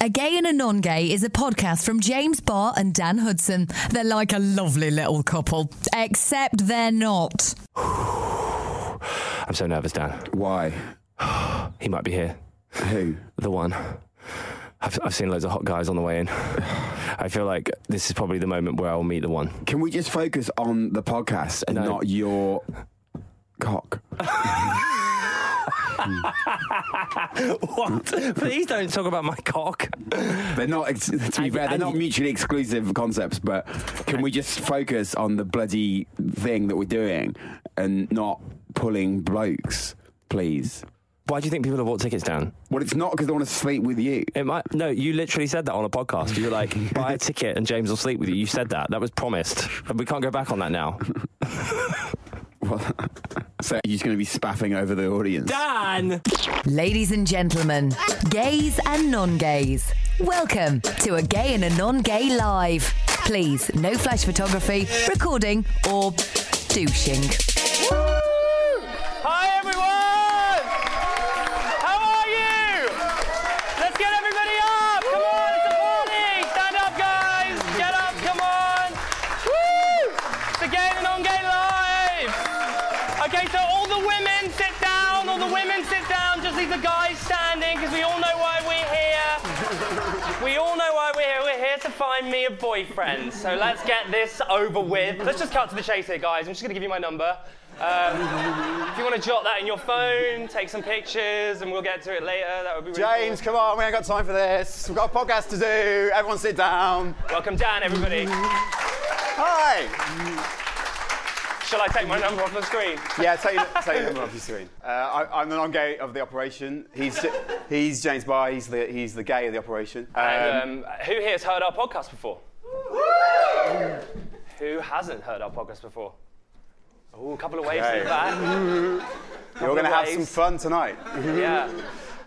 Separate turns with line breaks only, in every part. A Gay and a Non Gay is a podcast from James Barr and Dan Hudson. They're like a lovely little couple, except they're not.
I'm so nervous, Dan.
Why?
He might be here.
Who?
The one. I've, I've seen loads of hot guys on the way in. I feel like this is probably the moment where I'll meet the one.
Can we just focus on the podcast and
No.
not your cock?
What? Please don't talk about my cock.
They're not. ex- To be
And-
fair, they're
and-
not mutually exclusive concepts. But can we just focus on the bloody thing that we're doing and not pulling blokes, please?
Why do you think people have bought tickets, Dan?
Well, it's not because I want to sleep with you.
It might. No, you literally said that on a podcast. You were like, buy a ticket and James will sleep with you. You said that. That was promised. And we can't go back on that now.
So you're just going to be spaffing over the audience.
Dan!
Ladies and gentlemen, gays and non gays, welcome to A Gay and a Non Gay Live. Please, no flash photography, recording, or douching.
Hi everyone! How are you? Let's get everybody up! Come on, it's a party! Stand up, guys! Get up, come on! Woo! It's a gay and non-gay live! Okay, so all the women sit down, all the women sit down, just leave the guys standing, because we all know why we're here. We all know why we're here. We're here to find me a boyfriend. So let's get this over with. Let's just cut to the chase here, guys. I'm just gonna give you my number. Um, if you want to jot that in your phone, take some pictures, and we'll get to it later. That would be really
James, come on, we ain't got time for this. We've got a podcast to do. Everyone sit down.
cool. Welcome Dan, everybody.
Hi.
Shall I take my number off the screen?
Yeah, take, take your number off your screen. Uh, I, I'm the non-gay of the operation. He's, J- he's James Barr. He's the, he's the gay of the operation. Um,
And, um, who here has heard our podcast before? who hasn't heard our podcast before? Oh, a couple of waves in
Okay.
the back.
you're going to have some
waves.
fun tonight.
yeah.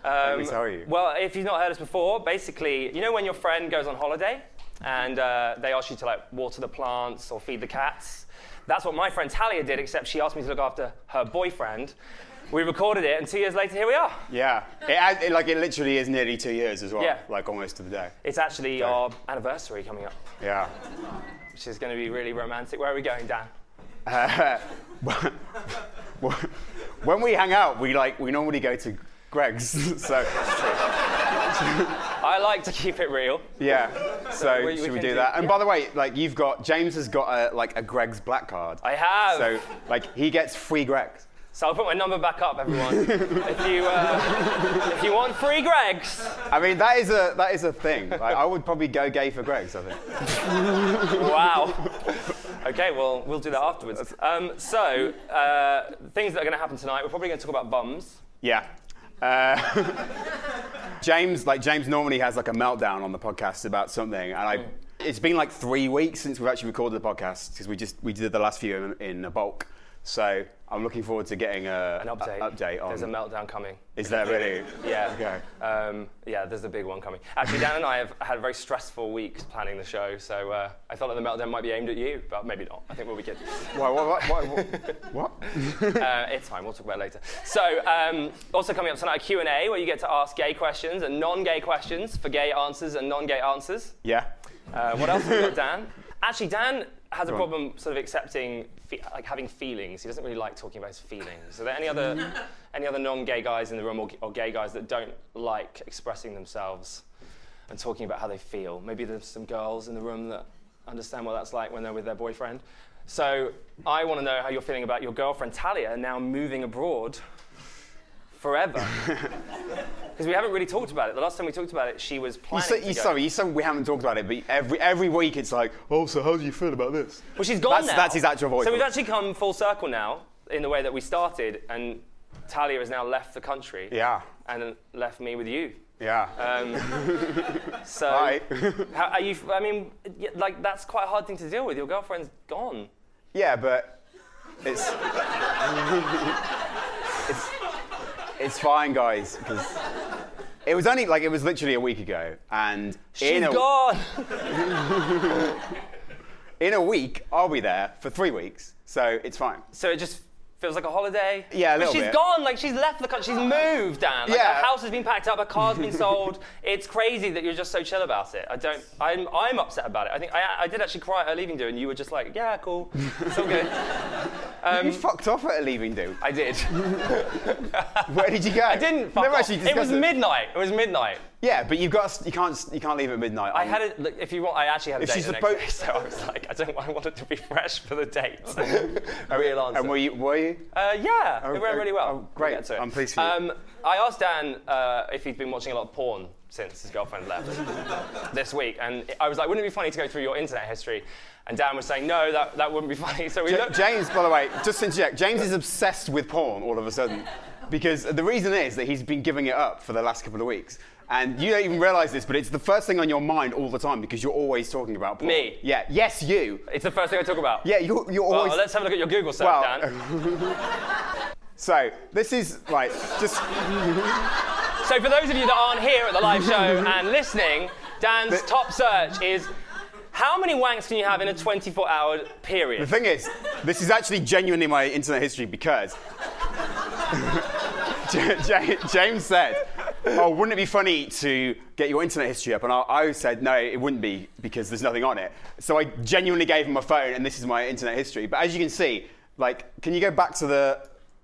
Um,
me tell you.
Well, if you've not heard us before, basically, you know when your friend goes on holiday and uh, they ask you to like water the plants or feed the cats? That's what my friend Talia did, except she asked me to look after her boyfriend. We recorded it, and two years later, here we are.
Yeah. It, ad- it- like, it literally is nearly two years as well.
Yeah.
Like, almost to the day.
It's actually our anniversary coming up,
Yeah.
which is going to be really romantic. Where are we going, Dan?
Uh, when we hang out, we, like, we normally go to Greg's. So,
I like to keep it real.
yeah.
So
So,
we- we
should we
can
do
do-
that? And
yeah.
by the way, like, you've got, James has got a, like, a Greg's black card.
I have.
So, like, he gets free Gregs.
So I'll put my number back up, everyone. if, you, uh, if you want free Gregs,
I mean, that is a that is a thing. Like, I would probably go gay for Gregs. I think.
Wow. Okay, well, we'll do that afterwards. Um, so, uh, things that are going to happen tonight, we're probably going to talk about bums.
Yeah. Uh, James, like James, normally has like a meltdown on the podcast about something, and I.
Mm.
It's been like three weeks since we've actually recorded the podcast because we just we did the last few in, in a bulk. So I'm looking forward to getting a,
An update.
a- Uh, update on.
There's a meltdown coming.
is that really?
Yeah.
Okay.
Um, yeah, there's a big one coming. Actually, Dan and I have had a very stressful week planning the show, so uh, I thought that the meltdown might be aimed at you, but maybe not. I think we'll be good.
Why, what? What? What? what?
uh, it's fine. We'll talk about it later. So, um, also coming up tonight, a Q and A where you get to ask gay questions and non-gay questions for gay answers and non-gay answers.
yeah.
Uh, what else have we got, Dan? Actually, Dan has a
on.
problem sort of accepting, fe- like having feelings. He doesn't really like talking about his feelings. Are there any other, any other non-gay guys in the room or, or gay guys that don't like expressing themselves and talking about how they feel? Maybe there's some girls in the room that understand what that's like when they're with their boyfriend. So I want to know how you're feeling about your girlfriend Talia now moving abroad forever. Because we haven't really talked about it. The last time we talked about it, she was
You
planning.
so,
to
you
go.
sorry. You so we haven't talked about it, but every every week it's like, oh, so how do you feel about this?
Well, she's gone
That's-
now.
that's his actual voice.
So we've actually come full circle now in the way that we started, and Talia has now left the country.
Yeah.
And left me with you.
Yeah.
Um, so,
Right.
how are you? I mean, y- like that's quite a hard thing to deal with. Your girlfriend's gone.
yeah, but it's it's it's fine, guys. 'cause it was only like it was literally a week ago, and
She's
in a
gone.
in a week I'll be there for three weeks, so it's fine.
so it just Feels like a holiday.
Yeah,
But
a little
she's
bit.
gone. Like she's left the country. She's moved, Dan. Like,
Yeah.
Her house has been packed up. Her car's been sold. It's crazy that you're just so chill about it. I don't. I'm. I'm upset about it. I think I, I did actually cry at her leaving, do, and you were just like, yeah, cool, it's all good. Um,
you fucked off at a leaving do.
I did.
Where did you go?
I didn't. Fuck
Never
off.
actually
It was
discussed it.
midnight. It was midnight.
Yeah, but you've got to, you can't you can't leave at midnight.
I had it. Look, if you want, I actually had a
If
date
she's
the next
supposed-
day, so I was like, I don't. I wanted to be fresh for the date. Real answer.
And were you? Were you?
Uh, yeah,
Oh,
it went
oh,
really well.
oh,
We'll
great.
get to it.
I'm pleased for you.
Um, I asked Dan uh, if he'd been watching a lot of porn since his girlfriend left this week, and I was like, wouldn't it be funny to go through your internet history? And Dan was saying, no, that, that wouldn't be funny. So we
Ja-
looked.
James, by the way, just to interject, James is obsessed with porn all of a sudden. Because the reason is that he's been giving it up for the last couple of weeks. And you don't even realise this, but it's the first thing on your mind all the time because you're always talking about porn.
Me?
Yeah. Yes, you.
it's the first thing I talk about.
Yeah, you're, you're
Well,
always.
let's have a look at your Google search,
Well-
Dan.
so, this is like, just.
So for those of you that aren't here at the live show and listening, Dan's top search is how many wanks can you have in a 24-hour period?
The thing is, this is actually genuinely my internet history because Ja- Ja- James said, "Oh, wouldn't it be funny to get your internet history up?" And I, I said, "No, it wouldn't be because there's nothing on it." So I genuinely gave him my phone, and this is my internet history. But as you can see, like, can you go back to the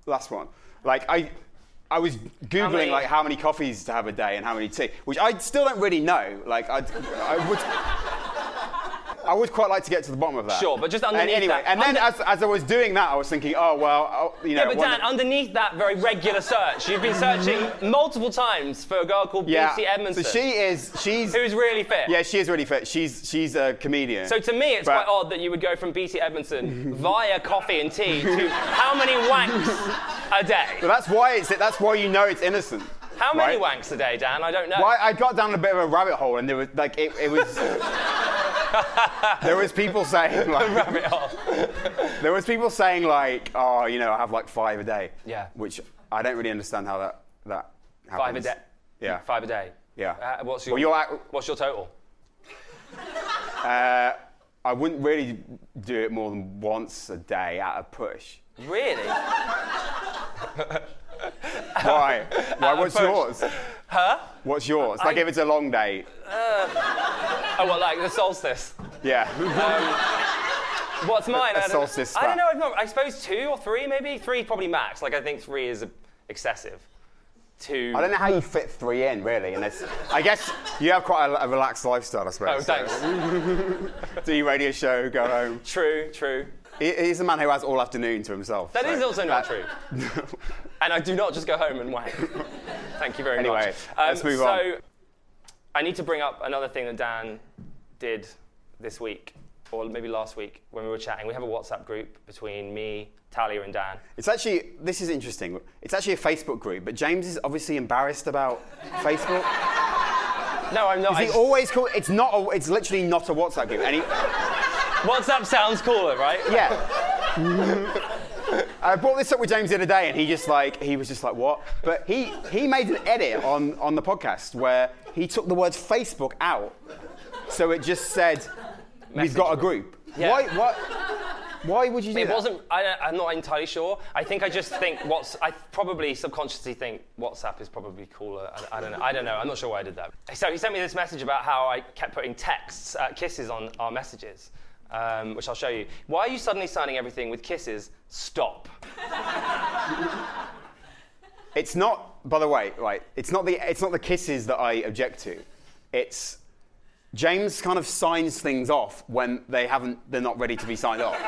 last one? Like, I. I was googling
many-
like how many coffees to have a day and how many tea, which I still don't really know. Like I, I would, I would quite like to get to the bottom of that.
Sure, but just
And
underneath
anyway,
that-
and then
under-
as, as I was doing that, I was thinking, oh well, oh, you know.
Yeah, but
one-
Dan, underneath that very regular search, you've been searching multiple times for a girl called
yeah.
BC Edmondson,
So she is, she's.
who's really fit.
Yeah, she is really fit. She's she's a comedian.
So to me, it's
But-
quite odd that you would go from BT Edmondson via coffee and tea to how many wanks a
But
day?
that's why it's that's why you know it's innocent.
How many
right?
wanks a day, Dan? I don't know.
Why I got down a bit of a rabbit hole and there was like it, it was. there was people saying like
Rabbit hole.
there was people saying like oh you know I have like five a day.
Yeah.
Which I don't really understand how that that happens.
Five a day.
Yeah.
Five a day.
Yeah.
Uh, what's your
Well, you're at-
What's your total?
I wouldn't really do it more than once a day at a push.
Really?
Why? Why? What's
push.
yours?
Huh?
What's yours? Like
I-
if it's a long day.
Oh, well, like the solstice.
Yeah.
What's mine?
a
I don't-
solstice
I don't
spat.
know. I've not- I suppose two or three, maybe three, probably max. Like I think three is excessive. Two.
I don't know how you fit three in really. And it's, I guess you have quite a, a relaxed lifestyle, I
Oh,
suppose.
thanks.
do your radio show, go home.
True, true.
He, he's a man who has all afternoon to himself.
That
so-
is also not true. And I do not just go home and wank. Thank you very much.
Anyway, let's move
so,
on.
I need to bring up another thing that Dan did this week, or maybe last week when we were chatting. We have a WhatsApp group between me, Talia, and Dan.
It's actually this is interesting. It's actually a Facebook group, but James is obviously embarrassed about Facebook.
No, I'm not.
Is he
I-
always call It's not. A, it's literally not a WhatsApp group. And he,
WhatsApp sounds cooler, right?
Yeah. I brought this up with James the other day, and he just like he was just like what? But he he made an edit on on the podcast where he took the words Facebook out, so it just said we've got a group.
Yeah.
Why what? Why would you do
It
that?
wasn't. I, I'm not entirely sure. I think I just think what's. I probably subconsciously think WhatsApp is probably cooler. I, I don't know. I don't know. I'm not sure why I did that. So he sent me this message about how I kept putting texts, uh, kisses on our messages, um, which I'll show you. Why are you suddenly signing everything with kisses? Stop.
It's not. By the way, right? It's not the it's not the kisses that I object to. It's James kind of signs things off when they haven't. They're not ready to be signed off.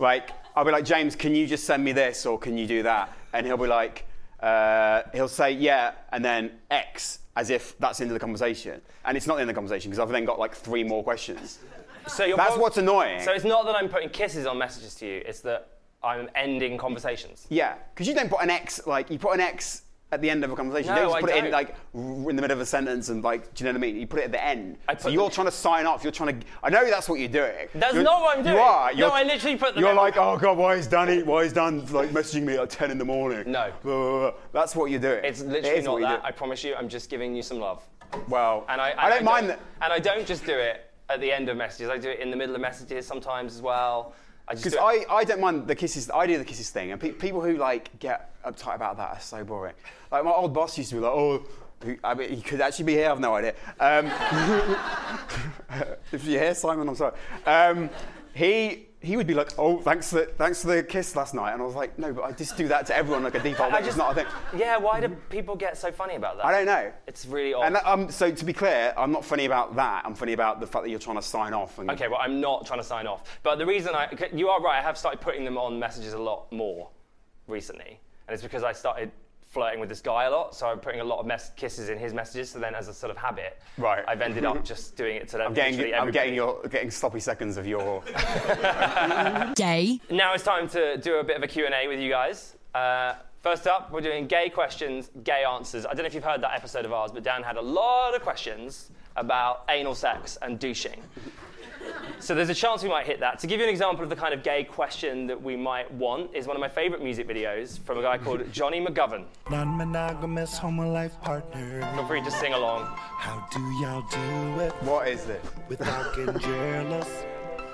like I'll be like, James, can you just send me this or can you do that? And he'll be like, uh, he'll say yeah, and then X as if that's into the conversation, and it's not in the conversation because I've then got like three more questions.
So you're
That's
prob-
what's annoying.
So it's not that I'm putting kisses on messages to you. It's that I'm ending conversations.
Yeah, because you don't put an X like you put an X at the end of a conversation. you
No,
don't just
I
put it in
don't.
like r- in the middle of a sentence and like, do you know what I mean? You put it at the end.
I
so
put
you're
them-
trying to sign off. You're trying to. I know that's what you're doing.
That's
You're-
not what I'm doing.
You are.
No,
You're-
I literally put them
You're
in-
like, oh god, why is Danny? Why is Dan like messaging me at ten in the morning?
No.
Blah, blah, blah. That's what you're doing.
It's
It
literally
is
not
what you're
that. I
doing.
promise you. I'm just giving you some love.
well,
And I, and
don't mind that.
And I don't just do it at the end of messages. I do it in the middle of messages sometimes as well. I just
Because
do it-
I, I don't mind the kisses. I do the kisses thing, and pe- people who like get uptight about that are so boring. Like my old boss used to be like, oh, who- I mean, he could actually be here. I've no idea. Um, if you hear Simon, I'm sorry. Um, he he would be like, oh, thanks for the, thanks for the kiss last night, and I was like, no, but I just do that to everyone like a default.
I
That's just not a thing.
Yeah, why do people get so funny about that?
I don't know.
It's really odd.
And um, so to be clear, I'm not funny about that. I'm funny about the fact that you're trying to sign off. And
Okay, well, I'm not trying to sign off. But the reason I, okay, you are right, I have started putting them on messages a lot more recently. And it's because I started flirting with this guy a lot. So I'm putting a lot of mess- kisses in his messages. So then, as a sort of habit,
Right.
I've ended up just doing it to them.
I'm getting,
literally
I'm
everybody.
getting your getting sloppy seconds of your.
Gay
Now it's time to do a bit of a Q&A with you guys. Uh, first up, we're doing gay questions, gay answers. I don't know if you've heard that episode of ours, but Dan had a lot of questions about anal sex and douching. so there's a chance we might hit that. To give you an example of the kind of gay question that we might want is one of my favorite music videos from a guy called Johnny McGovern.
Non monogamous homo life partner.
Feel free to sing along.
How do y'all do it
what is this?
without getting jealous?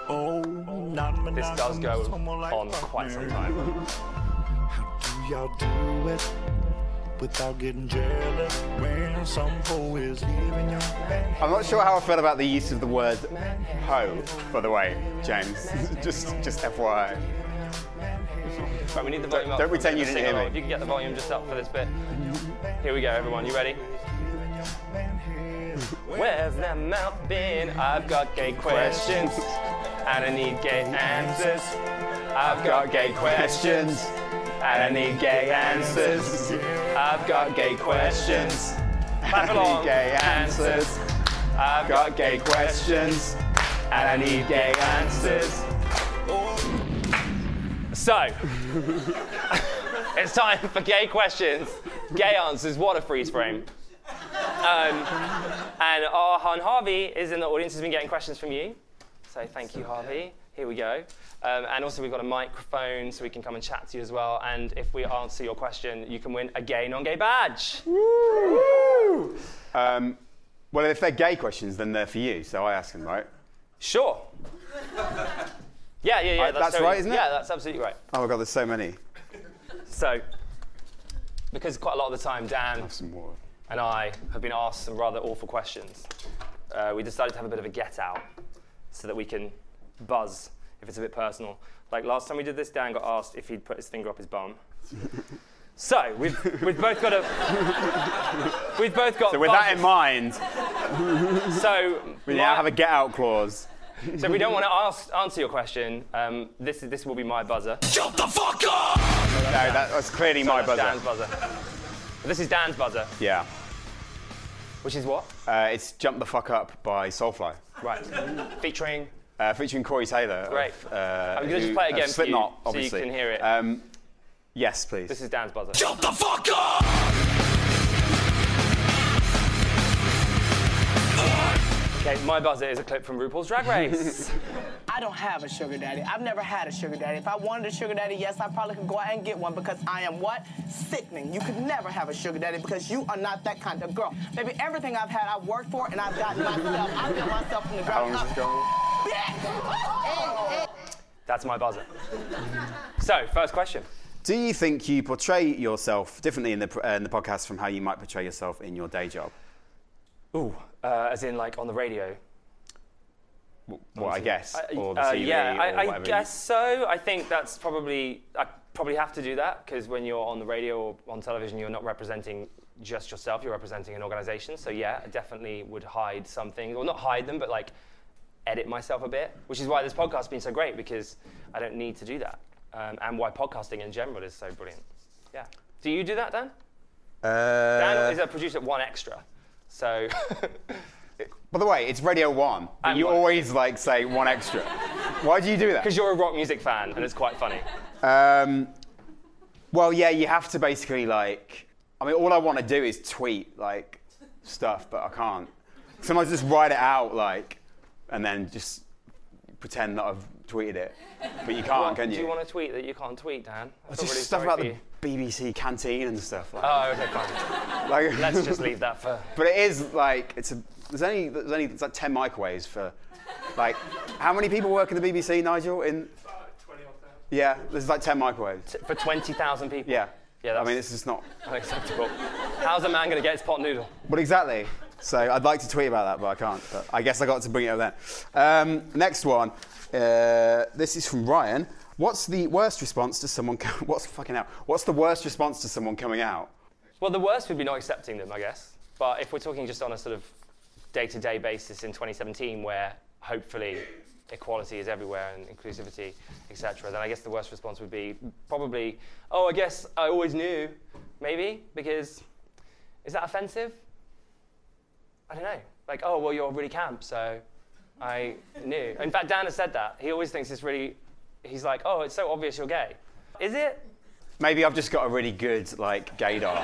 Oh, non
This
monogamous
does go
homo life
on quite some time.
How do y'all do it without getting jealous? When some hoe is leaving your man.
I'm not sure how I feel about the use of the word ho, by the way, James. just just FYI.
Right, we need the volume up.
don't
for a bit
pretend
of
you
a
didn't hear
sing-along.
me.
If you can get the volume just up for this bit. Here we go, everyone. You ready? Where's that mouth been? I've got gay questions. And I need gay answers. I've got gay questions. And I need gay answers. I've got gay questions. Clap along.
gay answers.
I've got gay questions. And I need gay answers. So, it's time for gay questions, gay answers. What a freeze frame. Um, and our Han Harvey is in the audience, has been getting questions from you. So thank you, Harvey. Here we go. Um, and also, we've got a microphone so we can come and chat to you as well. And if we answer your question, you can win a gay non gay badge.
Um, well, if they're gay questions, then they're for you, so I ask them, right?
Sure. Yeah, yeah, yeah.
Uh, that's right, isn't it?
Yeah, that's absolutely right.
Oh my god, there's so many.
So, because quite a lot of the time, Dan
Have some water.
and I have been asked some rather awful questions. Uh, we decided to have a bit of a get out so that we can buzz if it's a bit personal. Like last time we did this, Dan got asked if he'd put his finger up his bum. so we've, we've both got a we've both got.
So with that in mind,
mind, so
we
my-
now have a get out clause.
so if we don't want to ask, answer your question. Um, this is this will be my buzzer.
No, that, that's clearly my
That's
buzzer.
Dan's buzzer. This is Dan's buzzer,
Yeah.
which is what?
Uh, it's Jump the Fuck Up by Soulfly.
Right. Featuring
Uh, featuring Corey Taylor.
Great.
Of, uh,
I'm gonna just
who-
play it
of
again for you,
Slipknot,
so you
obviously.
can hear it.
Um, yes, please.
this is Dan's buzzer. Okay, my buzzer is a clip from RuPaul's Drag Race.
I don't have a sugar daddy. I've never had a sugar daddy. If I wanted a sugar daddy, yes, I probably could go out and get one because I am what? Sickening. You could never have a sugar daddy because you are not that kind of girl. Baby, everything I've had, I've worked for and I've gotten myself. I built myself from the
How
ground
long is this
up.
going?
That's my buzzer. so, first question.
Do you think you portray yourself differently in the, pr- uh, in the podcast from how you might portray yourself in your day job?
Ooh, uh, as in like on the radio.
Well, I guess.
I-
or the
uh,
TV
yeah,
or
I, I
whatever.
guess so. I think that's probably I probably have to do that because when you're on the radio or on television, you're not representing just yourself. You're representing an organisation. So yeah, I definitely would hide some things, or not hide them, but like edit myself a bit. Which is why this podcast's been so great because I don't need to do that, um, and why podcasting in general is so brilliant. Yeah. Do you do that, Dan?
Uh,
Dan is a producer at One Extra, so.
by the way, it's Radio 1. but
And
you
one.
always like say one extra. Why do you do that?
Because you're a rock music fan, and it's quite funny.
Um, well, yeah, you have to basically like. I mean, all I want to do is tweet like stuff, but I can't. Sometimes I just write it out like, and then just pretend that I've tweeted it, but you can't,
Well,
can you?
Do you want to tweet that you can't tweet, Dan? I
It's
feel
just
really
stuff
sorry
about
for
the
you.
BBC canteen and stuff. Like,
Oh, okay, fine.
like-
Let's just leave that for.
But it is like it's a. There's only there's only it's like ten microwaves for, like, how many people work in the BBC, Nigel? In Yeah, there's like 10 microwaves.
T- for 20,000 people.
Yeah.
Yeah, that's
I mean, it's just not.
unacceptable. How's a man going to get his pot noodle?
But exactly. So I'd like to tweet about that, but I can't. But I guess I got to bring it up then. Um, next one. Uh, this is from Ryan. What's the worst response to someone? Co- what's fucking out? What's the worst response to someone coming out?
Well, the worst would be not accepting them, I guess. But if we're talking just on a sort of day to day basis in 2017, where hopefully equality is everywhere and inclusivity, etc., then I guess the worst response would be probably, oh, I guess I always knew, maybe, because is that offensive? I don't know. Like, oh, well, you're really camp, so I knew. In fact, Dan has said that. He always thinks it's really, he's like, oh, it's so obvious you're gay. Is it?
Maybe I've just got a really good like gaydar.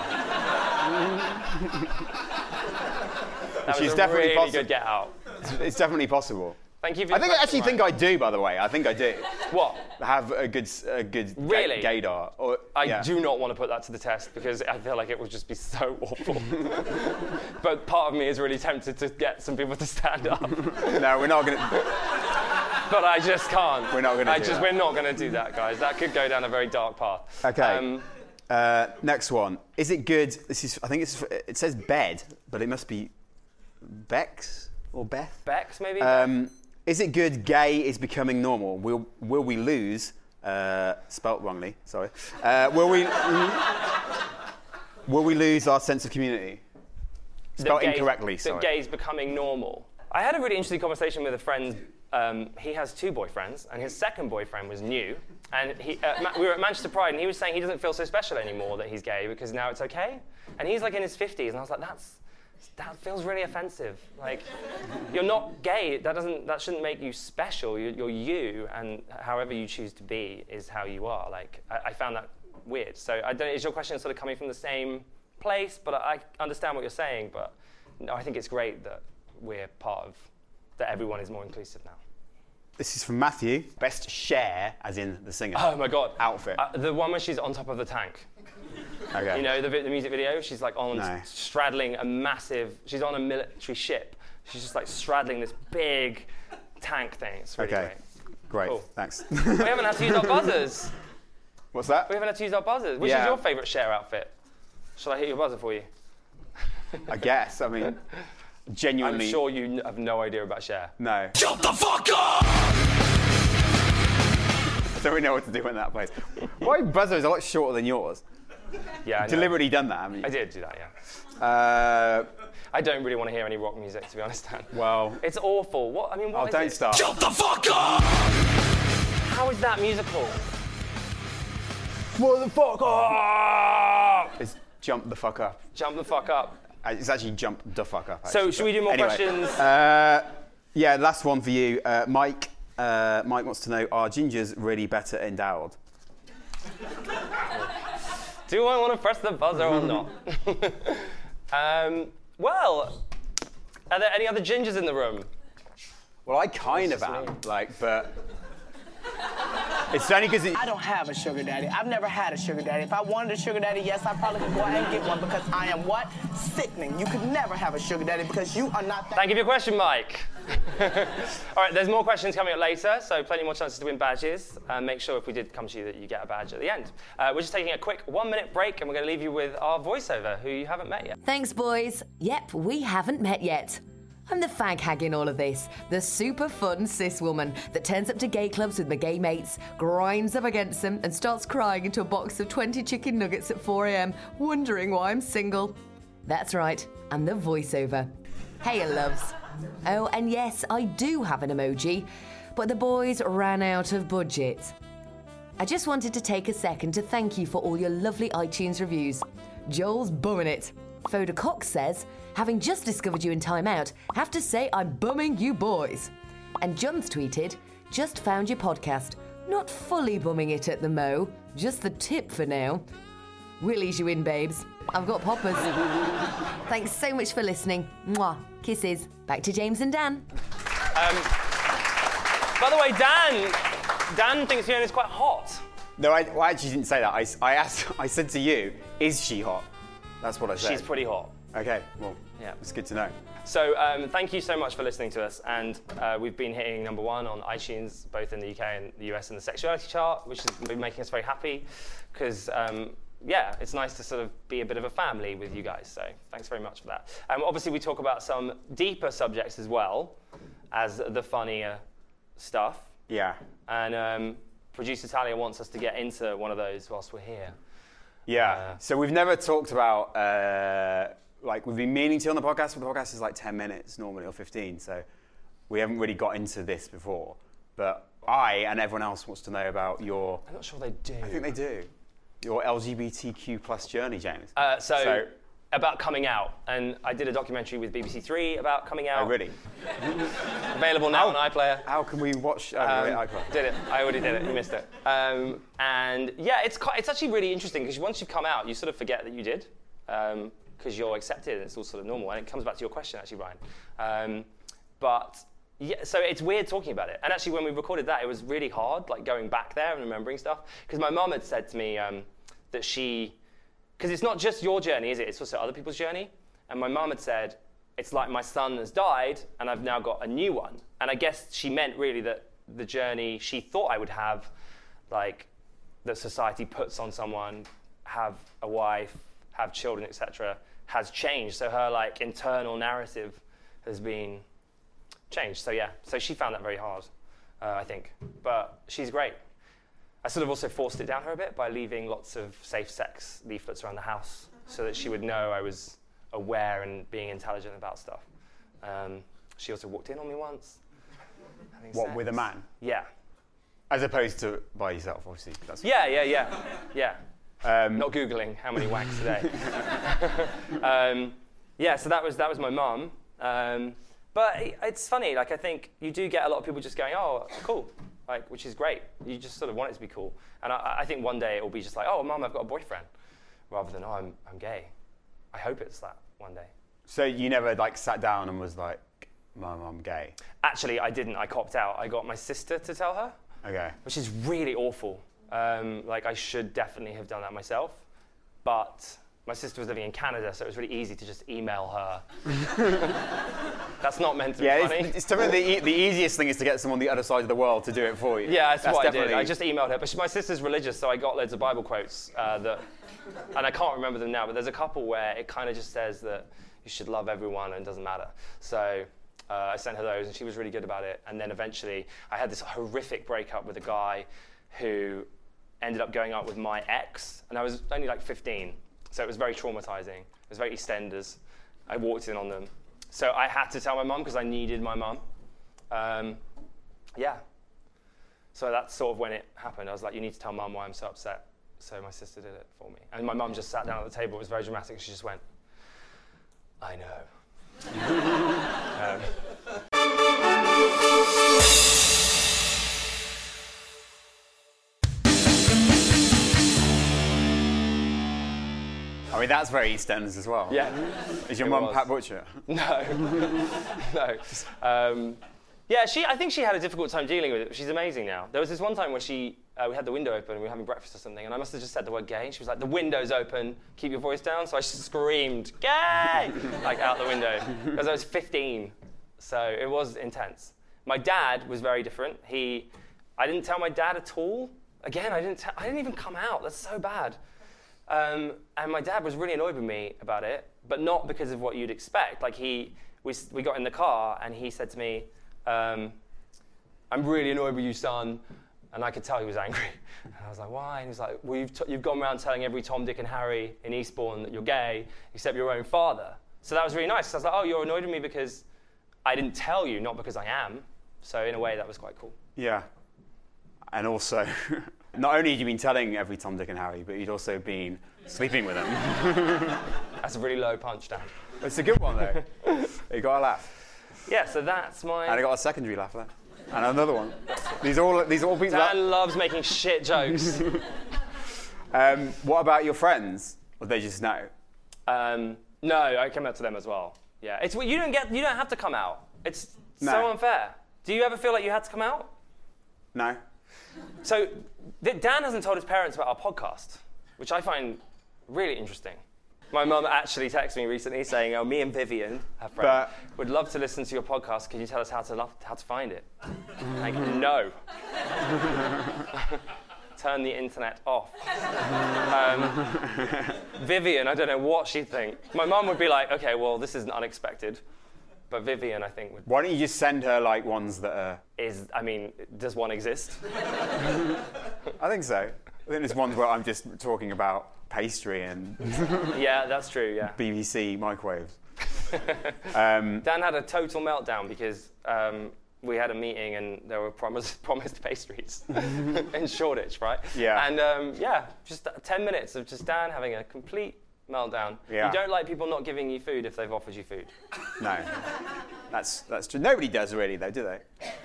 That
She's
was a
definitely
really
positive.
good get out.
it's definitely possible.
Thank you for
I
your
think I actually
question,
think I do. By the way, I think I do
Ryan. What?
have a good s- a good ga-
Really?
gaydar. Or
I
yeah.
do not want to put that to the test because I feel like it would just be so awful. but part of me is really tempted to get some people to stand up,
No, we're not gonna.
but I just can't.
We're not gonna
I
do
just
that.
we're not going to do that, guys. That could go down a very dark path.
Okay.
Um,
Uh, next one. Is it good? This is. I think it's. It says bed, but it must be Bex or Beth.
Bex, maybe.
Um, is it good? Gay is becoming normal. Will Will we lose? Uh, spelt wrongly. Sorry. Uh, will we? will we lose our sense of community?
That
spelled
gays-
incorrectly,
That
sorry.
gays becoming normal. I had a really interesting conversation with a friend. Um, he has two boyfriends, and his second boyfriend was new. And he, uh, Ma- we were at Manchester Pride, and he was saying he doesn't feel so special anymore that he's gay because now it's okay. And he's like in his 50s, and I was like, that's that feels really offensive. Like, you're not gay. That doesn't that shouldn't make you special. You're, you're you, and however you choose to be is how you are. Like, I, I found that weird. So I don't. Is your question sort of coming from the same place? But I, I understand what you're saying. But no, I think it's great that we're part of that. Everyone is more inclusive now.
This is from Matthew. Best share, as in the singer.
Oh my god,
Outfit.
Uh, the one where she's on top of the tank.
okay.
You know the, vi- the music video. She's like on
No.
straddling a massive. She's on a military ship. She's just like straddling this big tank thing. It's really
Okay. Great.
Cool.
Thanks.
great. We haven't had to use our buzzers.
What's that?
We haven't had to use our buzzers. Which
Yeah.
is your favourite share outfit? Shall I hit your buzzer for you?
I guess. I mean,
I'm
genuinely.
sure you n- have no idea about share.
No.
Shut the fuck up!
Don't we know what to do in that place? My buzzer is a lot shorter than yours.
Yeah, I know.
Deliberately done that, haven't you?
I did do that. Yeah.
Uh,
I don't really want to hear any rock music, to be honest. Dan.
well,
It's awful. What I mean, what
oh,
is
don't
it?
start.
Shut the fuck up!
How is that musical?
What the fuck up? It's jump the fuck up.
Jump the fuck up.
Uh, It's actually jump the fuck up.
So
actually,
should
but
we do more
anyway.
questions?
Uh, yeah, last one for you, uh, Mike. Uh, Mike wants to know: Are gingers really better endowed?
Do I want to press the buzzer or not? um, well, are there any other gingers in the room?
Well, I kind
This
of
is
am,
me.
like, but it's only because it,
I don't have a sugar daddy. I've never had a sugar daddy. If I wanted a sugar daddy, yes, I probably could go out and get one because I am what? Sickening. You could never have a sugar daddy because you are not that.
Thank you for your question, Mike. All right, there's more questions coming up later, so plenty more chances to win badges. Uh, make sure if we did come to you that you get a badge at the end. Uh, we're just taking a quick one minute break and we're going to leave you with our voiceover, who you haven't met yet.
Thanks, boys. Yep, we haven't met yet. I'm the fag hag in all of this, the super fun cis woman that turns up to gay clubs with my gay mates, grinds up against them, and starts crying into a box of 20 chicken nuggets at 4 am, wondering why I'm single. That's right, I'm the voiceover. Hey, loves. Oh, and yes, I do have an emoji, but the boys ran out of budget. I just wanted to take a second to thank you for all your lovely iTunes reviews. Joel's bumming it. Foda Cox says, having just discovered you in Time Out, have to say I'm bumming you boys. And John's tweeted, just found your podcast. Not fully bumming it at the mo, just the tip for now. We'll ease you in, babes. I've got poppers. Thanks so much for listening. Mwah. Kisses. Back to James and Dan.
By the way, Dan, Dan thinks Fiona's quite hot.
no, I, well, I actually didn't say that. I, s- I asked, I said to you, is she hot? That's what I said.
She's pretty hot.
Okay, well,
Yeah.
it's good to know.
So um, thank you so much for listening to us, and uh, we've been hitting number one on iTunes, both in the UK and the US, in the sexuality chart, which has been making us very happy, because um, yeah, it's nice to sort of be a bit of a family with you guys. So thanks very much for that. Um, obviously, we talk about some deeper subjects as well as the funnier stuff,
Yeah.
and um, producer Talia wants us to get into one of those whilst we're here.
Yeah.
Uh,
so we've never talked about uh, like we've been meaning to on the podcast, but the podcast is like ten minutes normally or fifteen. So we haven't really got into this before. But I and everyone else wants to know about your.
I'm not sure they do.
I think they do. Your LGBTQ plus journey, James.
Uh, so,
So-
about coming out, and I did a documentary with BBC Three about coming out.
oh, really?
Available now on iPlayer.
How can we watch? Oh,
Um,
wait, I can't.
did it? I already did it. You missed it. Um, and yeah, it's quite, it's actually really interesting because once you've come out, you sort of forget that you did because you're accepted and it's all sort of normal. And it comes back to your question actually, Brian. Um, but yeah, so it's weird talking about it. And actually, when we recorded that, it was really hard, like going back there and remembering stuff because my mum had said to me um, that she because it's not just your journey, is it? It's also other people's journey. And my mum had said, it's like my son has died and I've now got a new one. And I guess she meant really that the journey she thought I would have, like that society puts on someone, have a wife, have children, etc., has changed. So her like internal narrative has been changed. So yeah, so she found that very hard, uh, I think. But she's great. I sort of also forced it down her a bit by leaving lots of safe sex leaflets around the house so that she would know I was aware and being intelligent about stuff. Um, she also walked in on me once. having
What
sex.
with a man,
Yeah.
as opposed to by yourself, obviously. That's
Yeah, yeah, yeah. Yeah.
Um,
Not Googling how many whacks a day. um, yeah, so that was, that was my mum. Um, but i- it's funny, like, I think you do get a lot of people just going, oh, cool, like, which is great. You just sort of want it to be cool. And I, I think one day it will be just like, oh, mum, I've got a boyfriend, rather than, oh, I'm, I'm gay. I hope it's that one day.
So you never like sat down and was like, "Mum, I'm gay."
Actually, I didn't. I copped out. I got my sister to tell her.
Okay.
which is really awful. Um, like I should definitely have done that myself, but my sister was living in Canada, so it was really easy to just email her. That's not meant to be
Yeah,
funny.
it's, it's definitely the, e- the easiest thing is to get someone the other side of the world to do it for you.
yeah, that's, what
definitely-
I did. I just emailed her, but she, my sister's religious, so I got loads of Bible quotes uh, that, and I can't remember them now. But there's a couple where it kind of just says that you should love everyone and it doesn't matter. So uh, I sent her those, and she was really good about it. And then eventually, I had this horrific breakup with a guy who ended up going out with my ex, and I was only like 15, so it was very traumatizing. It was very EastEnders. I walked in on them, so I had to tell my mum because I needed my mum. Um, yeah. So that's sort of when it happened. I was like, you need to tell mum why I'm so upset. So my sister did it for me. And my mum just sat down at the table. It was very dramatic. She just went, I know. Um,
I mean, that's very EastEnders as well.
yeah.
Is your
It
mum
was.
Pat Butcher?
No. no. Um, yeah, she, I think she had a difficult time dealing with it. but She's amazing now. There was this one time where she, uh, we had the window open and we were having breakfast or something, and I must have just said the word gay. And she was like, the window's open, keep your voice down. So I screamed, gay, like out the window, because I was 15. So it was intense. My dad was very different. He, I didn't tell my dad at all. Again, I didn't, tell I didn't even come out. That's so bad. Um, and my dad was really annoyed with me about it, but not because of what you'd expect. Like he, we, s- we got in the car and he said to me, um, "I'm really annoyed with you, son," and I could tell he was angry. And I was like, "Why?" And he was like, "Well, you've, t- you've gone around telling every Tom, Dick, and Harry in Eastbourne that you're gay, except your own father." So that was really nice. 'cause I was like, "Oh, you're annoyed with me because I didn't tell you, not because I am." So in a way, that was quite cool.
Yeah. And also, not only had you been telling every Tom, Dick, and Harry, but you'd also been sleeping with them.
That's a really low punch down.
it's a good one though. you got a laugh,
Yeah. So that's my.
and I got a secondary laugh there, and another one. These are all these are all people. that-
Dan loves making shit jokes.
um, what about your friends? Or they just know?
Um, no, I came out to them as well. Yeah, it's you don't get you don't have to come out. It's so
No.
unfair. Do you ever feel like you had to come out?
No.
So th- Dan hasn't told his parents about our podcast, which I find really interesting. My mum actually texted me recently saying, "Oh, me and Vivian, her friend,
But-
would love to listen to your podcast. Can you tell us how to love, how to find it?" Like, no. Turn the internet off. Um, Vivian, I don't know what she'd think. My mum would be like, "Okay, well, this isn't unexpected," but Vivian, I think, would,
Why don't you just send her like ones that are?
is. I mean, does one exist?
I think so. I think there's ones where I'm just talking about pastry and
Yeah, that's true. Yeah.
BBC microwaves.
Dan had a total meltdown because um, we had a meeting and there were promise, promised pastries in Shoreditch, right?
Yeah.
And um, yeah, just 10 minutes of just Dan having a complete meltdown.
Yeah.
You don't like people not giving you food if they've offered you food.
No, that's that's true. Nobody does really though, do they?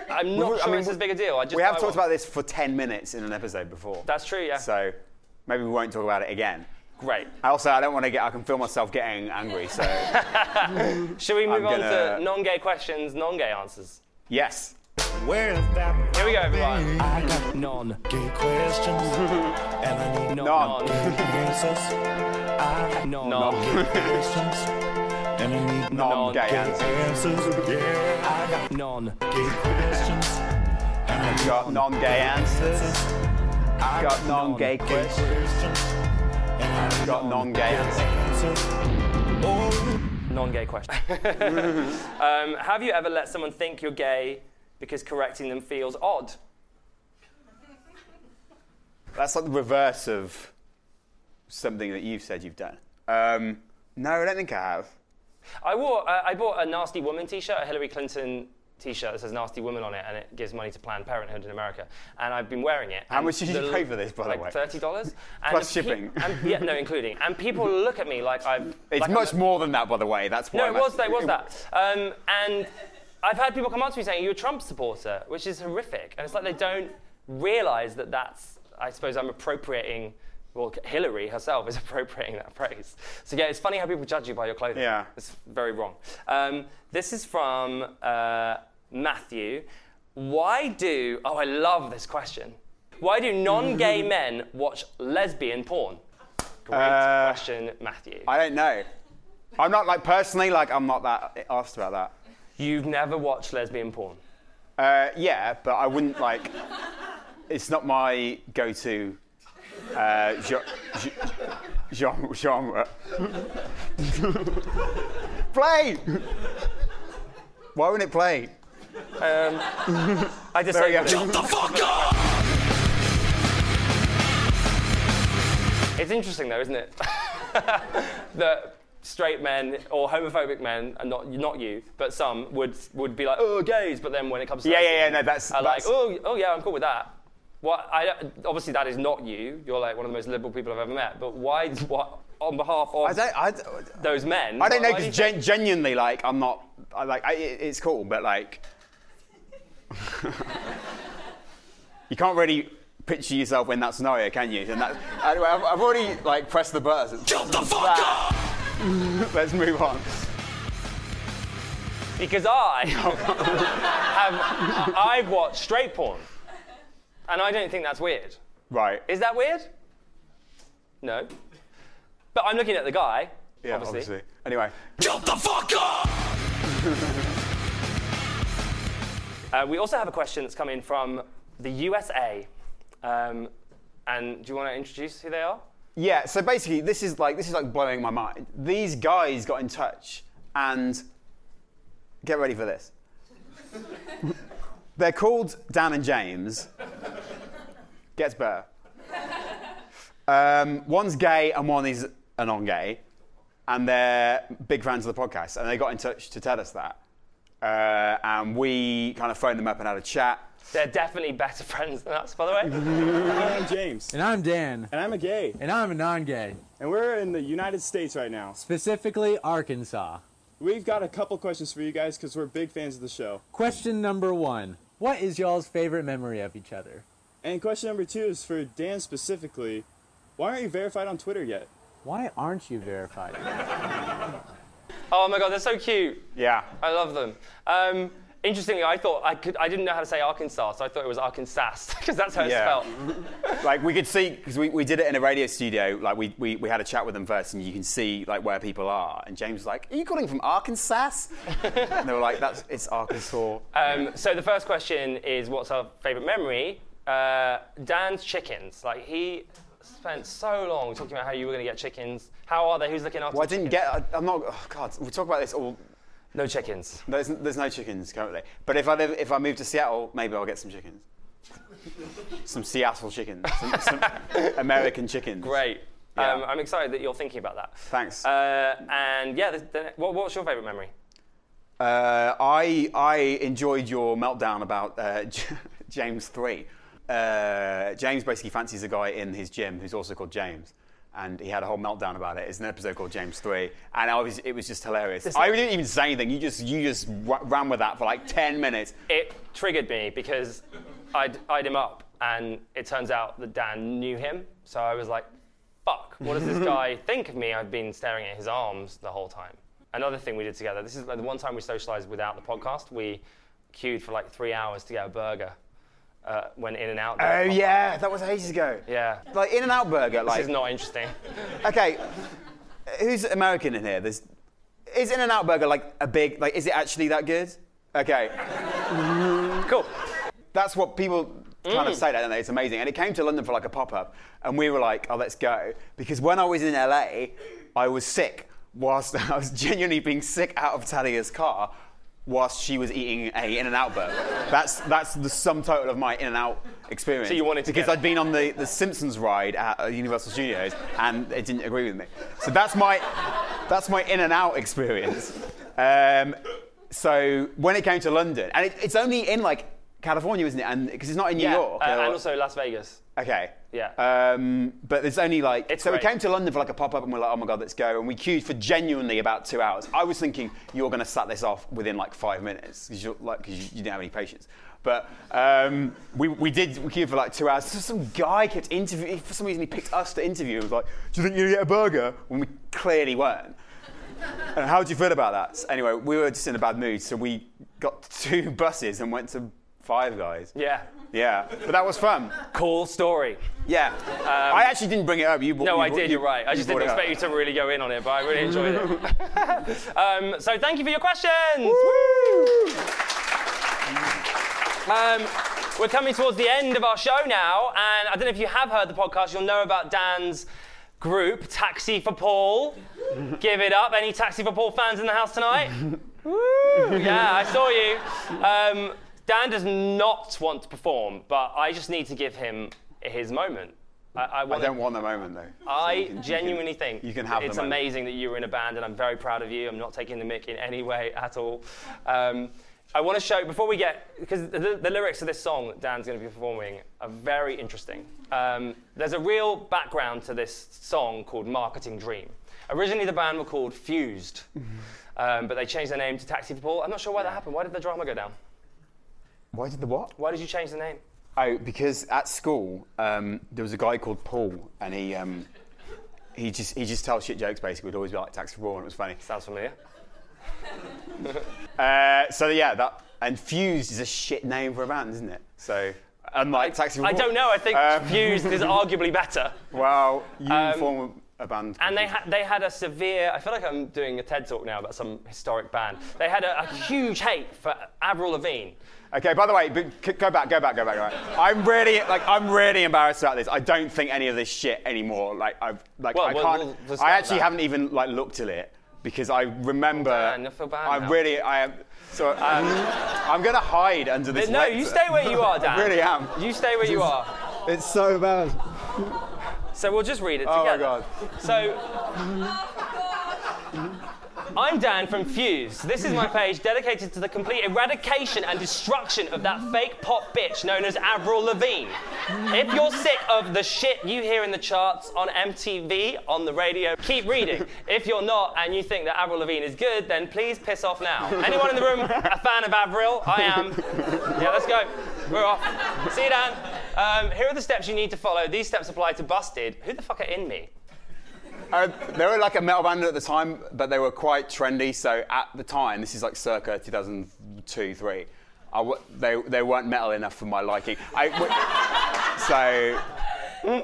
I'm not
I
sure
mean,
it's
we-
as big a deal. I just
we have
buy
talked
one.
about this for 10 minutes in an episode before.
That's true, yeah.
So maybe we won't talk about it again.
Great.
Also, I don't want to get, I can feel myself getting angry. So,
Should we
I'm
move on
gonna-
to non gay questions, non gay answers?
yes.
Where's that?
Here we go, everyone.
I
Non.
gay questions, and I need
Non.
Non.
gay answers. I got
Non.
Non.
gay questions, and I need
Non gay
gay
answers.
answers. Yeah, I got
Non.
gay questions, and I
We've
need
got non gay answers.
I
We've got non gay
gay
questions.
questions, and I
We've
need
got non gay answers.
answers. Oh,
Non gay question. um, have you ever let someone think you're gay because correcting them feels odd?
That's like the reverse of something that you've said you've done. Um, no, I don't think I have.
I wore. Uh, I bought a nasty woman T-shirt, a Hillary Clinton T-shirt that says "nasty woman" on it, and it gives money to Planned Parenthood in America. And I've been wearing it.
How much did you pay for this, by the
like
way?
Thirty dollars
Plus shipping.
and, yeah, no, including. And people look at me like I've.
It's
like I'm
much
a-
more than that, by the way. That's why.
No,
I'm
it was
actually-
that. It was that. Um, and I've had people come up to me saying you're a Trump supporter, which is horrific. And it's like they don't realise that that's. I suppose I'm appropriating. Well, Hillary herself is appropriating that phrase. So yeah, it's funny how people judge you by your clothing.
Yeah.
It's very wrong. Um, this is from uh, Matthew. Why do, oh, I love this question. Why do non gay men watch lesbian porn? Great
Uh,
question, Matthew.
I don't know. I'm not like personally, like I'm not that asked about that.
You've never watched lesbian porn.
Uh, yeah, but I wouldn't like. It's not my go-to uh, ge- ge- genre. genre. play. Why wouldn't it play?
I
There we
disabled
go.
it.
The fuck up!
It's interesting though, isn't it? that straight men or homophobic men, and not, not you, but some, would, would be like, oh, gays, but then when it comes to
Yeah, yeah, yeah.
lesbian,
No, that's,
are like,
that's
oh, oh yeah, I'm cool with that. What I obviously that is not you. You're like one of the most liberal people I've ever met. But why? What on behalf of
I don't. I, don't-
those men?
I don't know
why do you
because
think-
gen- genuinely, like, I'm not. I like. I, it- it's cool, but like, you can't really picture yourself in that scenario, can you? And that, anyway, I've, I've already like pressed the buttons.
Jump the fuck up!
Let's move on.
because I have I've watched straight porn, and I don't think that's weird.
Right.
Is that weird? No. But I'm looking at the guy.
yeah,
obviously.
Anyway,
Jump the fuck up!
Uh, we also have a question that's come in from the USA. Um, and do you want to introduce who they are?
yeah. So basically, this is like this is like blowing my mind. These guys got in touch, and get ready for this. They're called Dan and James. Gets better. Um, one's gay and one is a non-gay, and they're big fans of the podcast, and they got in touch to tell us that. Uh, and we kind of phoned them up and had a chat.
They're definitely better friends than us, by the way.
I'm James,
And I'm Dan,
and I'm a gay,
and I'm a non gay,
and we're in the United States right now.
specifically Arkansas.
We've got a couple questions for you guys because we're big fans of the show.
Question number one What is y'all's favorite memory of each other?
And question number two is for Dan specifically. Why aren't you verified on Twitter yet?
Why aren't you verified?
oh my god, they're so cute.
Yeah.
I love them. Um, Interestingly, I thought I could. I didn't know how to say Arkansas, so I thought it was Arkansas because that's how it's
Yeah.
spelled.
like we could see because we, we did it in a radio studio. Like we, we, we had a chat with them first, and you can see like where people are. And James was like, "Are you calling from Arkansas?" and they were like, "That's it's Arkansas."
Um, so the first question is, what's our favourite memory? Uh, Dan's chickens. Like he spent so long talking about how you were going to get chickens. How are they? Who's looking after?
Well, I
the
didn't
chickens?
get. I, I'm not. Oh God, we talk about this all.
no chickens.
There's, there's no chickens currently. But if I live, if I move to Seattle, maybe I'll get some chickens. some Seattle chickens. Some, some American chickens.
Great.
Yeah.
Um, I'm excited that you're thinking about that.
Thanks.
Uh, and yeah, the, the, what, what's your favourite memory?
Uh, I I enjoyed your meltdown about uh, James three. Uh, James basically fancies a guy in his gym who's also called James, and he had a whole meltdown about it. It's an episode called James three, and I was it was just hilarious. I didn't even say anything. You just you just ra- ran with that for like ten minutes.
it triggered me because I'd eyed him up, and it turns out that Dan knew him. So I was like, fuck, what does this guy think of me? I've been staring at his arms the whole time. Another thing we did together, this is like the one time we socialized without the podcast, we queued for like three hours to get a burger. Uh, when in and out.
Oh yeah, that was ages ago.
Yeah.
Like In and Out Burger. Like
This is not interesting.
okay, who's American in here? There's is In and Out Burger like a big like is it actually that good? Okay, cool. That's what people kind
Mm.
of say, don't they? It's amazing. And it came to London for like a pop up, and we were like, oh, let's go. Because when I was in LA, I was sick. Whilst I was genuinely being sick out of Talia's car, whilst she was eating a In and Out burger. That's that's the sum total of my In and Out experience.
So you wanted to
because
get-
I'd been on the, the Simpsons ride at uh, Universal Studios, and it didn't agree with me. So that's my that's my In and Out experience. Um, so when it came to London, and it, it's only in like California, isn't it? And because it's not in New
yeah.
York.
uh,
or-
and also Las Vegas.
okay.
Yeah.
Um, but there's only like
It's
so
great.
we came to London for like a pop up, and we're like, oh my god, let's go. And we queued for genuinely about two hours. I was thinking you're going to sat this off within like five minutes because you're like 'cause you, you didn't have any patience. But um, we, we did we queued for like two hours. So some guy kept interviewing. For some reason, he picked us to interview. He was like, do you think you're going to get a burger? When we clearly weren't. And how do you feel about that? So Anyway, we were just in a bad mood, so we got two buses and went to Five Guys.
Yeah.
Yeah, but that was fun.
Cool story.
Yeah, I actually didn't bring it up. You brought-
Um, No,
you
I
brought-
did.
you-
You're right. I
you
just
brought
didn't
it up.
expect you to really go in on it, but I really enjoyed it. um, so thank you for your questions. Woo! Um, we're coming towards the end of our show now, and I don't know if you have heard the podcast. You'll know about Dan's group, Taxi for Paul. Give it up. Any Taxi for Paul fans in the house tonight? Woo! Yeah, I saw you. Um, Dan does not want to perform, but I just need to give him his moment. I, I,
I
want
don't want the moment though. So you
I
can- you
genuinely
can-
think
you can have the
it's
moment.
amazing that you were in a band, and I'm very proud of you. I'm not taking the mic in any way at all. Um, I want to show before we get because the, the lyrics of this song that Dan's going to be performing are very interesting. Um, there's a real background to this song called Marketing Dream. Originally, the band were called Fused, um, but they changed their name to Taxi for Paul. I'm not sure why that happened. Why did the drama go down?
Why did the what?
Why did you change the name?
Oh, because at school um, there was a guy called Paul, and he um, he just he just tells shit jokes basically. Would always be like tax for Paul, and it was funny.
Sounds familiar.
Uh, so yeah, that and Fused is a shit name for a band, isn't it? So unlike Taxi. Uh,
I don't know. I think
um,
Fused is arguably better.
Well, you
Um,
form a band.
And
called
they,
Fused.
ha- they had a severe, I feel like I'm doing a TED talk now about some historic band. They had a, a huge hate for Avril Lavigne.
Okay, by the way, but c- go back, go back, go back, go back. I'm really, like, I'm really embarrassed about this. I don't think any of this shit anymore. Like, I've, like,
Well,
I
we'll-
can't.
we'll discuss
I actually
that.
haven't even like looked at it because I remember.
Dan, I feel bad
I
now.
really, I am. So um, I'm gonna hide under this.
No, you
lecture.
stay where you are, Dan.
I really am.
You stay where you are.
It's so bad.
So we'll just read it
Oh my
together.
god.
So. I'm Dan from Fuse. This is my page dedicated to the complete eradication and destruction of that fake pop bitch known as Avril Lavigne. If you're sick of the shit you hear in the charts on MTV, on the radio, keep reading. If you're not and you think that Avril Lavigne is good, then please piss off now. Anyone in the room a fan of Avril? I am. Yeah, let's go. We're off. See you, Dan. Um, here are the steps you need to follow. These steps apply to Busted. Who the fuck are in me?
Uh, they were like a metal band at the time, but they were quite trendy. So at the time, this is like circa 2002, three. I w- they they weren't metal enough for my liking. I w-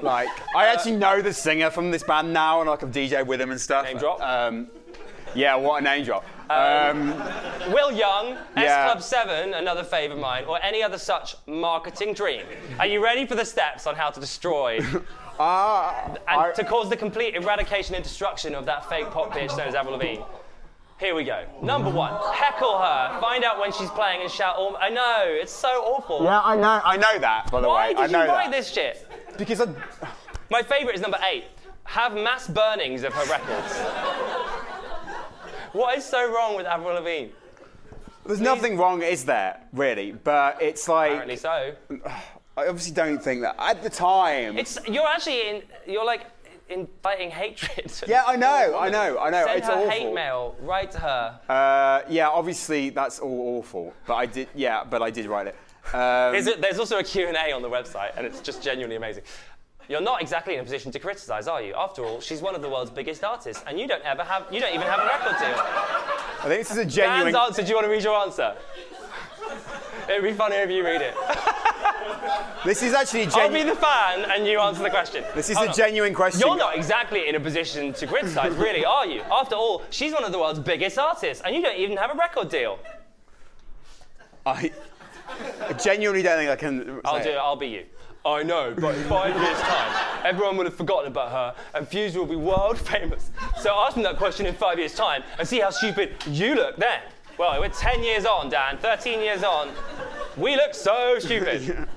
so like I actually know the singer from this band now, and like I've DJ with him and stuff. Name
drop.
Um, yeah, what a name drop.
Um,
um,
Will Young,
Yeah.
S Club 7, another fave of mine, or any other such marketing dream. Are you ready for the steps on how to destroy
Ah,
and to cause the complete eradication and destruction of that fake pop bitch known as Avril Lavigne? Here we go. Number one, heckle her. Find out when she's playing and shout, all, I know, it's so awful.
yeah, I know, I know that. By the
Why
way,
did
I know
you write
that.
this shit?
Because I,
My favourite is number eight. Have mass burnings of her records. what is so wrong with Avril Lavigne?
there's nothing wrong, is there? Really, but it's like
Apparently so.
I obviously don't think that at the time.
It's you're actually in you're like inviting hatred.
Yeah, I know, I know, I know.
Send
it's
her
awful.
hate mail. Write to her.
Uh, yeah, obviously that's all awful. But I did, yeah, but I did write it. Um,
There's, a, there's also a Q&A on the website, and it's just genuinely amazing. You're not exactly in a position to criticise, are you? After all, she's one of the world's biggest artists, and you don't ever have you don't even have a record deal.
I think this is a
Dan's
genuine.
answer. Do you want to read your answer? It'd be funnier if you read it.
This is actually a
I'll be
genuine.
the fan, and you answer the question.
This is
Hold
a
on.
genuine question.
You're not exactly in a position to criticise, really, are you? After all, she's one of the world's biggest artists, and you don't even have a record deal.
I, I genuinely don't think I can.
I'll
say
do it. I'll be you. I know, but in five years' time, everyone will have forgotten about her, and Fuse will be world famous. So ask them that question in five years' time, and see how stupid you look then. Well, we're 10 years on, Dan. 13 years on. We look so stupid.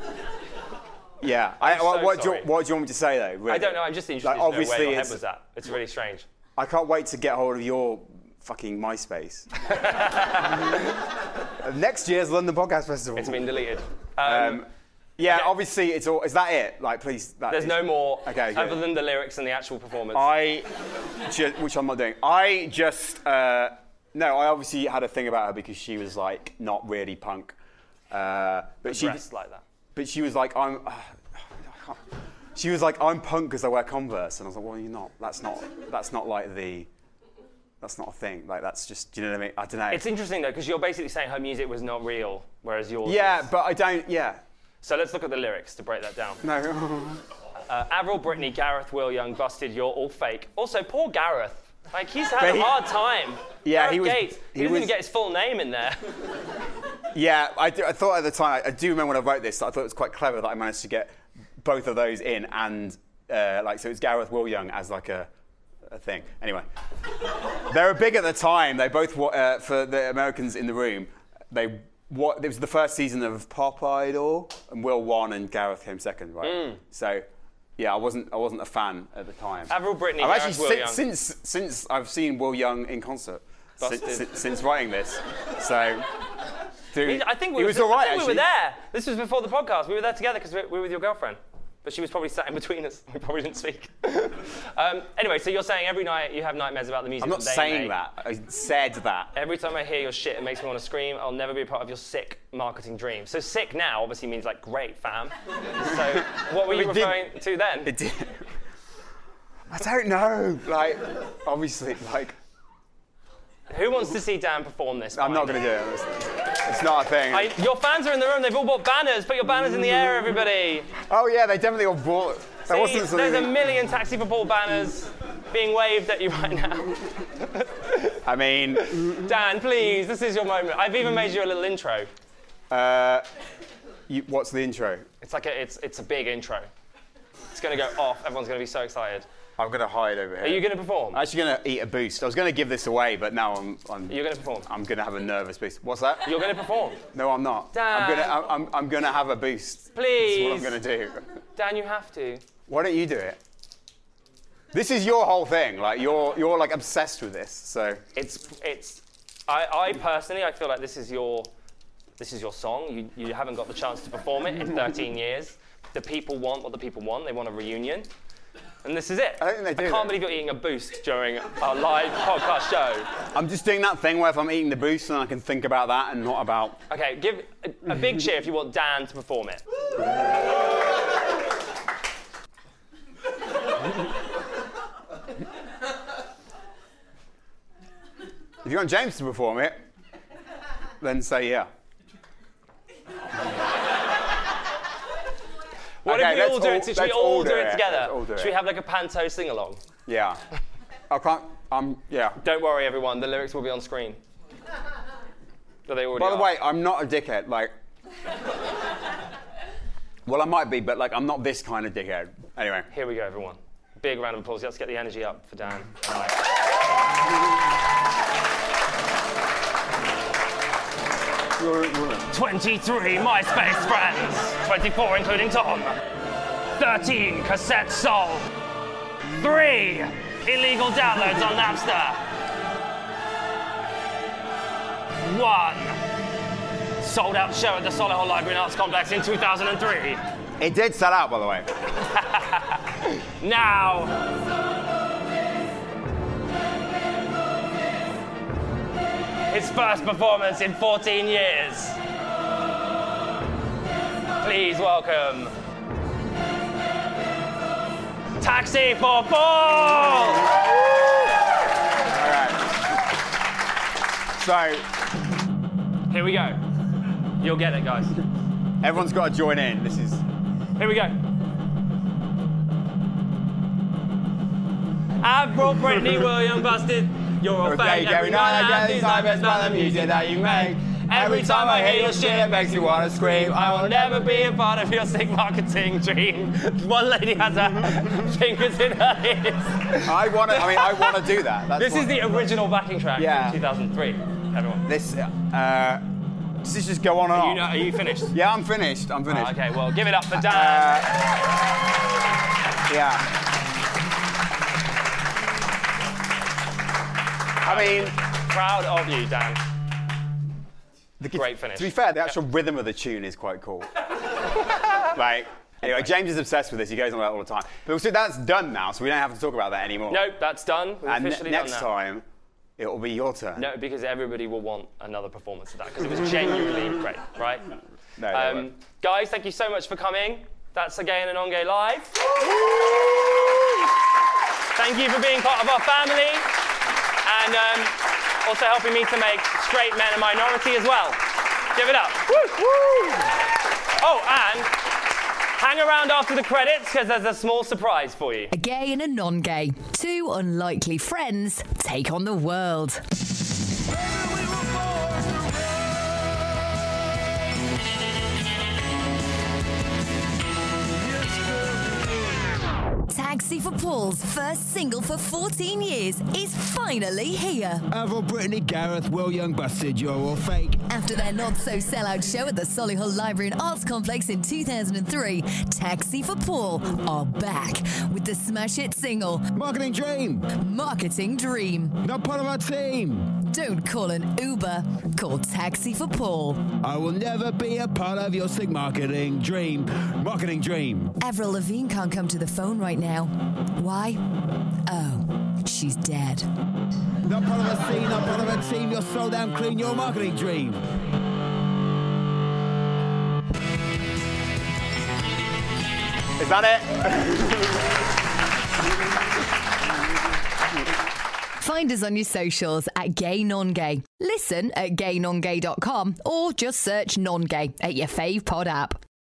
Yeah. I, what,
so
what, do you,
sorry.
what do you want me to say though? Really?
I don't know. I'm just interested
Like,
to know where your head
it's-
was at. It's really strange.
I can't wait to get hold of your fucking MySpace. Next year's London Podcast Festival.
It's been deleted. um,
Um, yeah,
okay.
obviously it's all. Is that it? Like, please. That
There's
is-
no more
Okay, good.
other than the lyrics and the actual performance.
I, ju- which I'm not doing. I just uh, no. I obviously had a thing about her because she was like not really punk, uh, but she
dressed like that.
but she was like I'm. Uh, she was like I'm punk because I wear Converse, and I was like, well, you're not. That's not. That's not like the. That's not a thing. Like that's just. Do you know what I mean? I don't know.
It's interesting though, because you're basically saying her music was not real, whereas yours.
yeah,
is.
but I don't. Yeah.
So let's look at the lyrics to break that down.
No.
Uh, Avril, Brittany, Gareth, Will Young, busted. You're all fake. Also, poor Gareth. Like he's had
But
a
he-
hard time.
Yeah,
Gareth
he was-
Gates. He,
he
doesn't
was-
even get his full name in there.
Yeah, I, do- I thought at the time, I, I do remember when I wrote this, I thought it was quite clever that I managed to get both of those in and, uh, like, so it's Gareth Will Young as, like, a, a thing. Anyway, they were big at the time. They both, wa- uh, for the Americans in the room, they, what, it was the first season of Pop Idol, and Will won and Gareth came second, right?
Hmm.
So, yeah, I wasn't, I wasn't a fan at the time.
Avril, Brittany,
I've
Gareth, Will
actually,
Young.
since, since, since I've seen Will Young in concert, since,
Busted.
since, since writing this, so... Dude,
I think we,
he
were-
was all right.
I think we
actually.
were there. This was before the podcast. We were there together because we, we were with your girlfriend. But she was probably sat in between us. We probably didn't speak. um, anyway, so you're saying every night you have nightmares about the music.
I'm not
they
saying
make.
that. I said that.
Every time I hear your shit, it makes me want to scream. I'll never be a part of your sick marketing dream. So sick now obviously means like great, fam. So what were you
We did-
referring to then?
It did. I don't know. Like, obviously, like
Who wants to see Dan perform this?
I'm not gonna do it. honestly. It's not a thing.
I, your fans are in the room. They've all bought banners. Put your banners in the air, everybody.
oh yeah, they definitely all bought. That
See,
wasn't
there's a
something.
million Taxi for Paul banners being waved at you right now.
I mean,
Dan, please, this is your moment. I've even made you a little intro.
uh, you, what's the intro?
It's like a, it's, it's a big intro. It's gonna go off. Everyone's gonna be so excited.
I'm gonna hide over here.
Are you gonna perform?
I'm actually gonna eat a boost. I was gonna give this away, but now I'm. I'm
You're gonna perform.
I'm gonna have a nervous boost. What's that?
You're gonna perform.
no, I'm not.
Dan.
I'm gonna. I'm, I'm, I'm gonna have a boost.
Please.
That's what I'm gonna do.
Dan, you have to.
Why don't you do it? This is your whole thing. Like you're you're like obsessed with this. So
It's it's. I, I personally, I feel like this is your this is your song. You you haven't got the chance to perform it in 13 years. The people want what the people want. They want a reunion, and this is it.
I don't think they do
I can't
that.
believe you're eating a boost during our live podcast show.
I'm just doing that thing where if I'm eating the boost, then I can think about that and not about.
Okay, give a, a big cheer if you want Dan to perform it.
If you want James to perform it, then say yeah.
What
Okay,
if we
let's
all do
all-
it? Should we
let's
all
all
do
do
it
it.
together?
Let's all do
Should we
it.
have like a panto sing along?
Yeah. I can't. I'm. Yeah.
Don't worry, everyone. The lyrics will be on screen. So they already
By the
are.
way, I'm not a dickhead. Like, well, I might be, but like, I'm not this kind of dickhead. Anyway.
Here we go, everyone. Big round of applause. Let's get the energy up for Dan. Twenty-three MySpace friends. Twenty-four, including Tom. Thirteen cassette sold. Three illegal downloads on Napster. One sold-out show at the Solihull Library and Arts Complex in 2003.
It did sell out, by the way.
Now. His first performance in 14 years. Please welcome. Taxi for Paul!
All right. So
Here we go. You'll get it, guys.
everyone's got to join in. This is.
Here we go. I brought Brittany William busted. You're a
Okay,
fake.
Gary,
Every
now
night I
I
get
get
these
excited
nightmares
by
by
the
the music that you make. Every time I hear your shit, it makes me wanna scream. I will never be a part of your sick marketing dream. One lady has her fingers in her ears.
I want to. I mean, I want to do that. Oh, That's
This
what-
is the original backing track
Yeah.
from 2003. Everyone,
This. Uh, does this just go on and
are
on?
you, are you finished?
Oh. Yeah, I'm finished. I'm finished.
Okay, well, give it up for Dan.
Uh, yeah. I mean,
Proud of you, Dan.
the,
Great finish.
To be fair, the actual rhythm of the tune is quite cool. like, anyway, James is obsessed with this. He goes on about it all the time. But so that's done now, so we don't have to talk about that anymore.
Nope, that's done. We've
And ne-
officially
next
done that.
time, it will be your turn.
No, because everybody will want another performance of that because it was genuinely great, right?
No, they
Um,
won't.
guys, thank you so much for coming. That's Again and On Gay Live. thank you for being part of our family and um, also helping me to make straight men a minority as well. Give it up. Oh, and hang around after the credits because there's a small surprise for you.
A gay and a non gay. Two unlikely friends take on the world. Taxi for Paul's first single for 14 years is finally here.
Avril Brittany, Gareth, Will Young busted, you're all fake.
After their not so sellout show at the Solihull Library and Arts Complex in 2003, Taxi for Paul are back with the smash hit single
Marketing dream,
Marketing Dream.
not part of our team.
Don't call an Uber, call Taxi for Paul.
I will never be a part of your sick marketing dream. Marketing dream.
Avril Lavigne can't come to the phone right now. Why? Oh, she's dead.
Not part of a scene, not part of a team. You're so damn clean, your marketing dream.
Is that it?
Find us on your socials at Gay Non Gay. Listen at gaynongay.com or just search Non Gay at your fave pod app.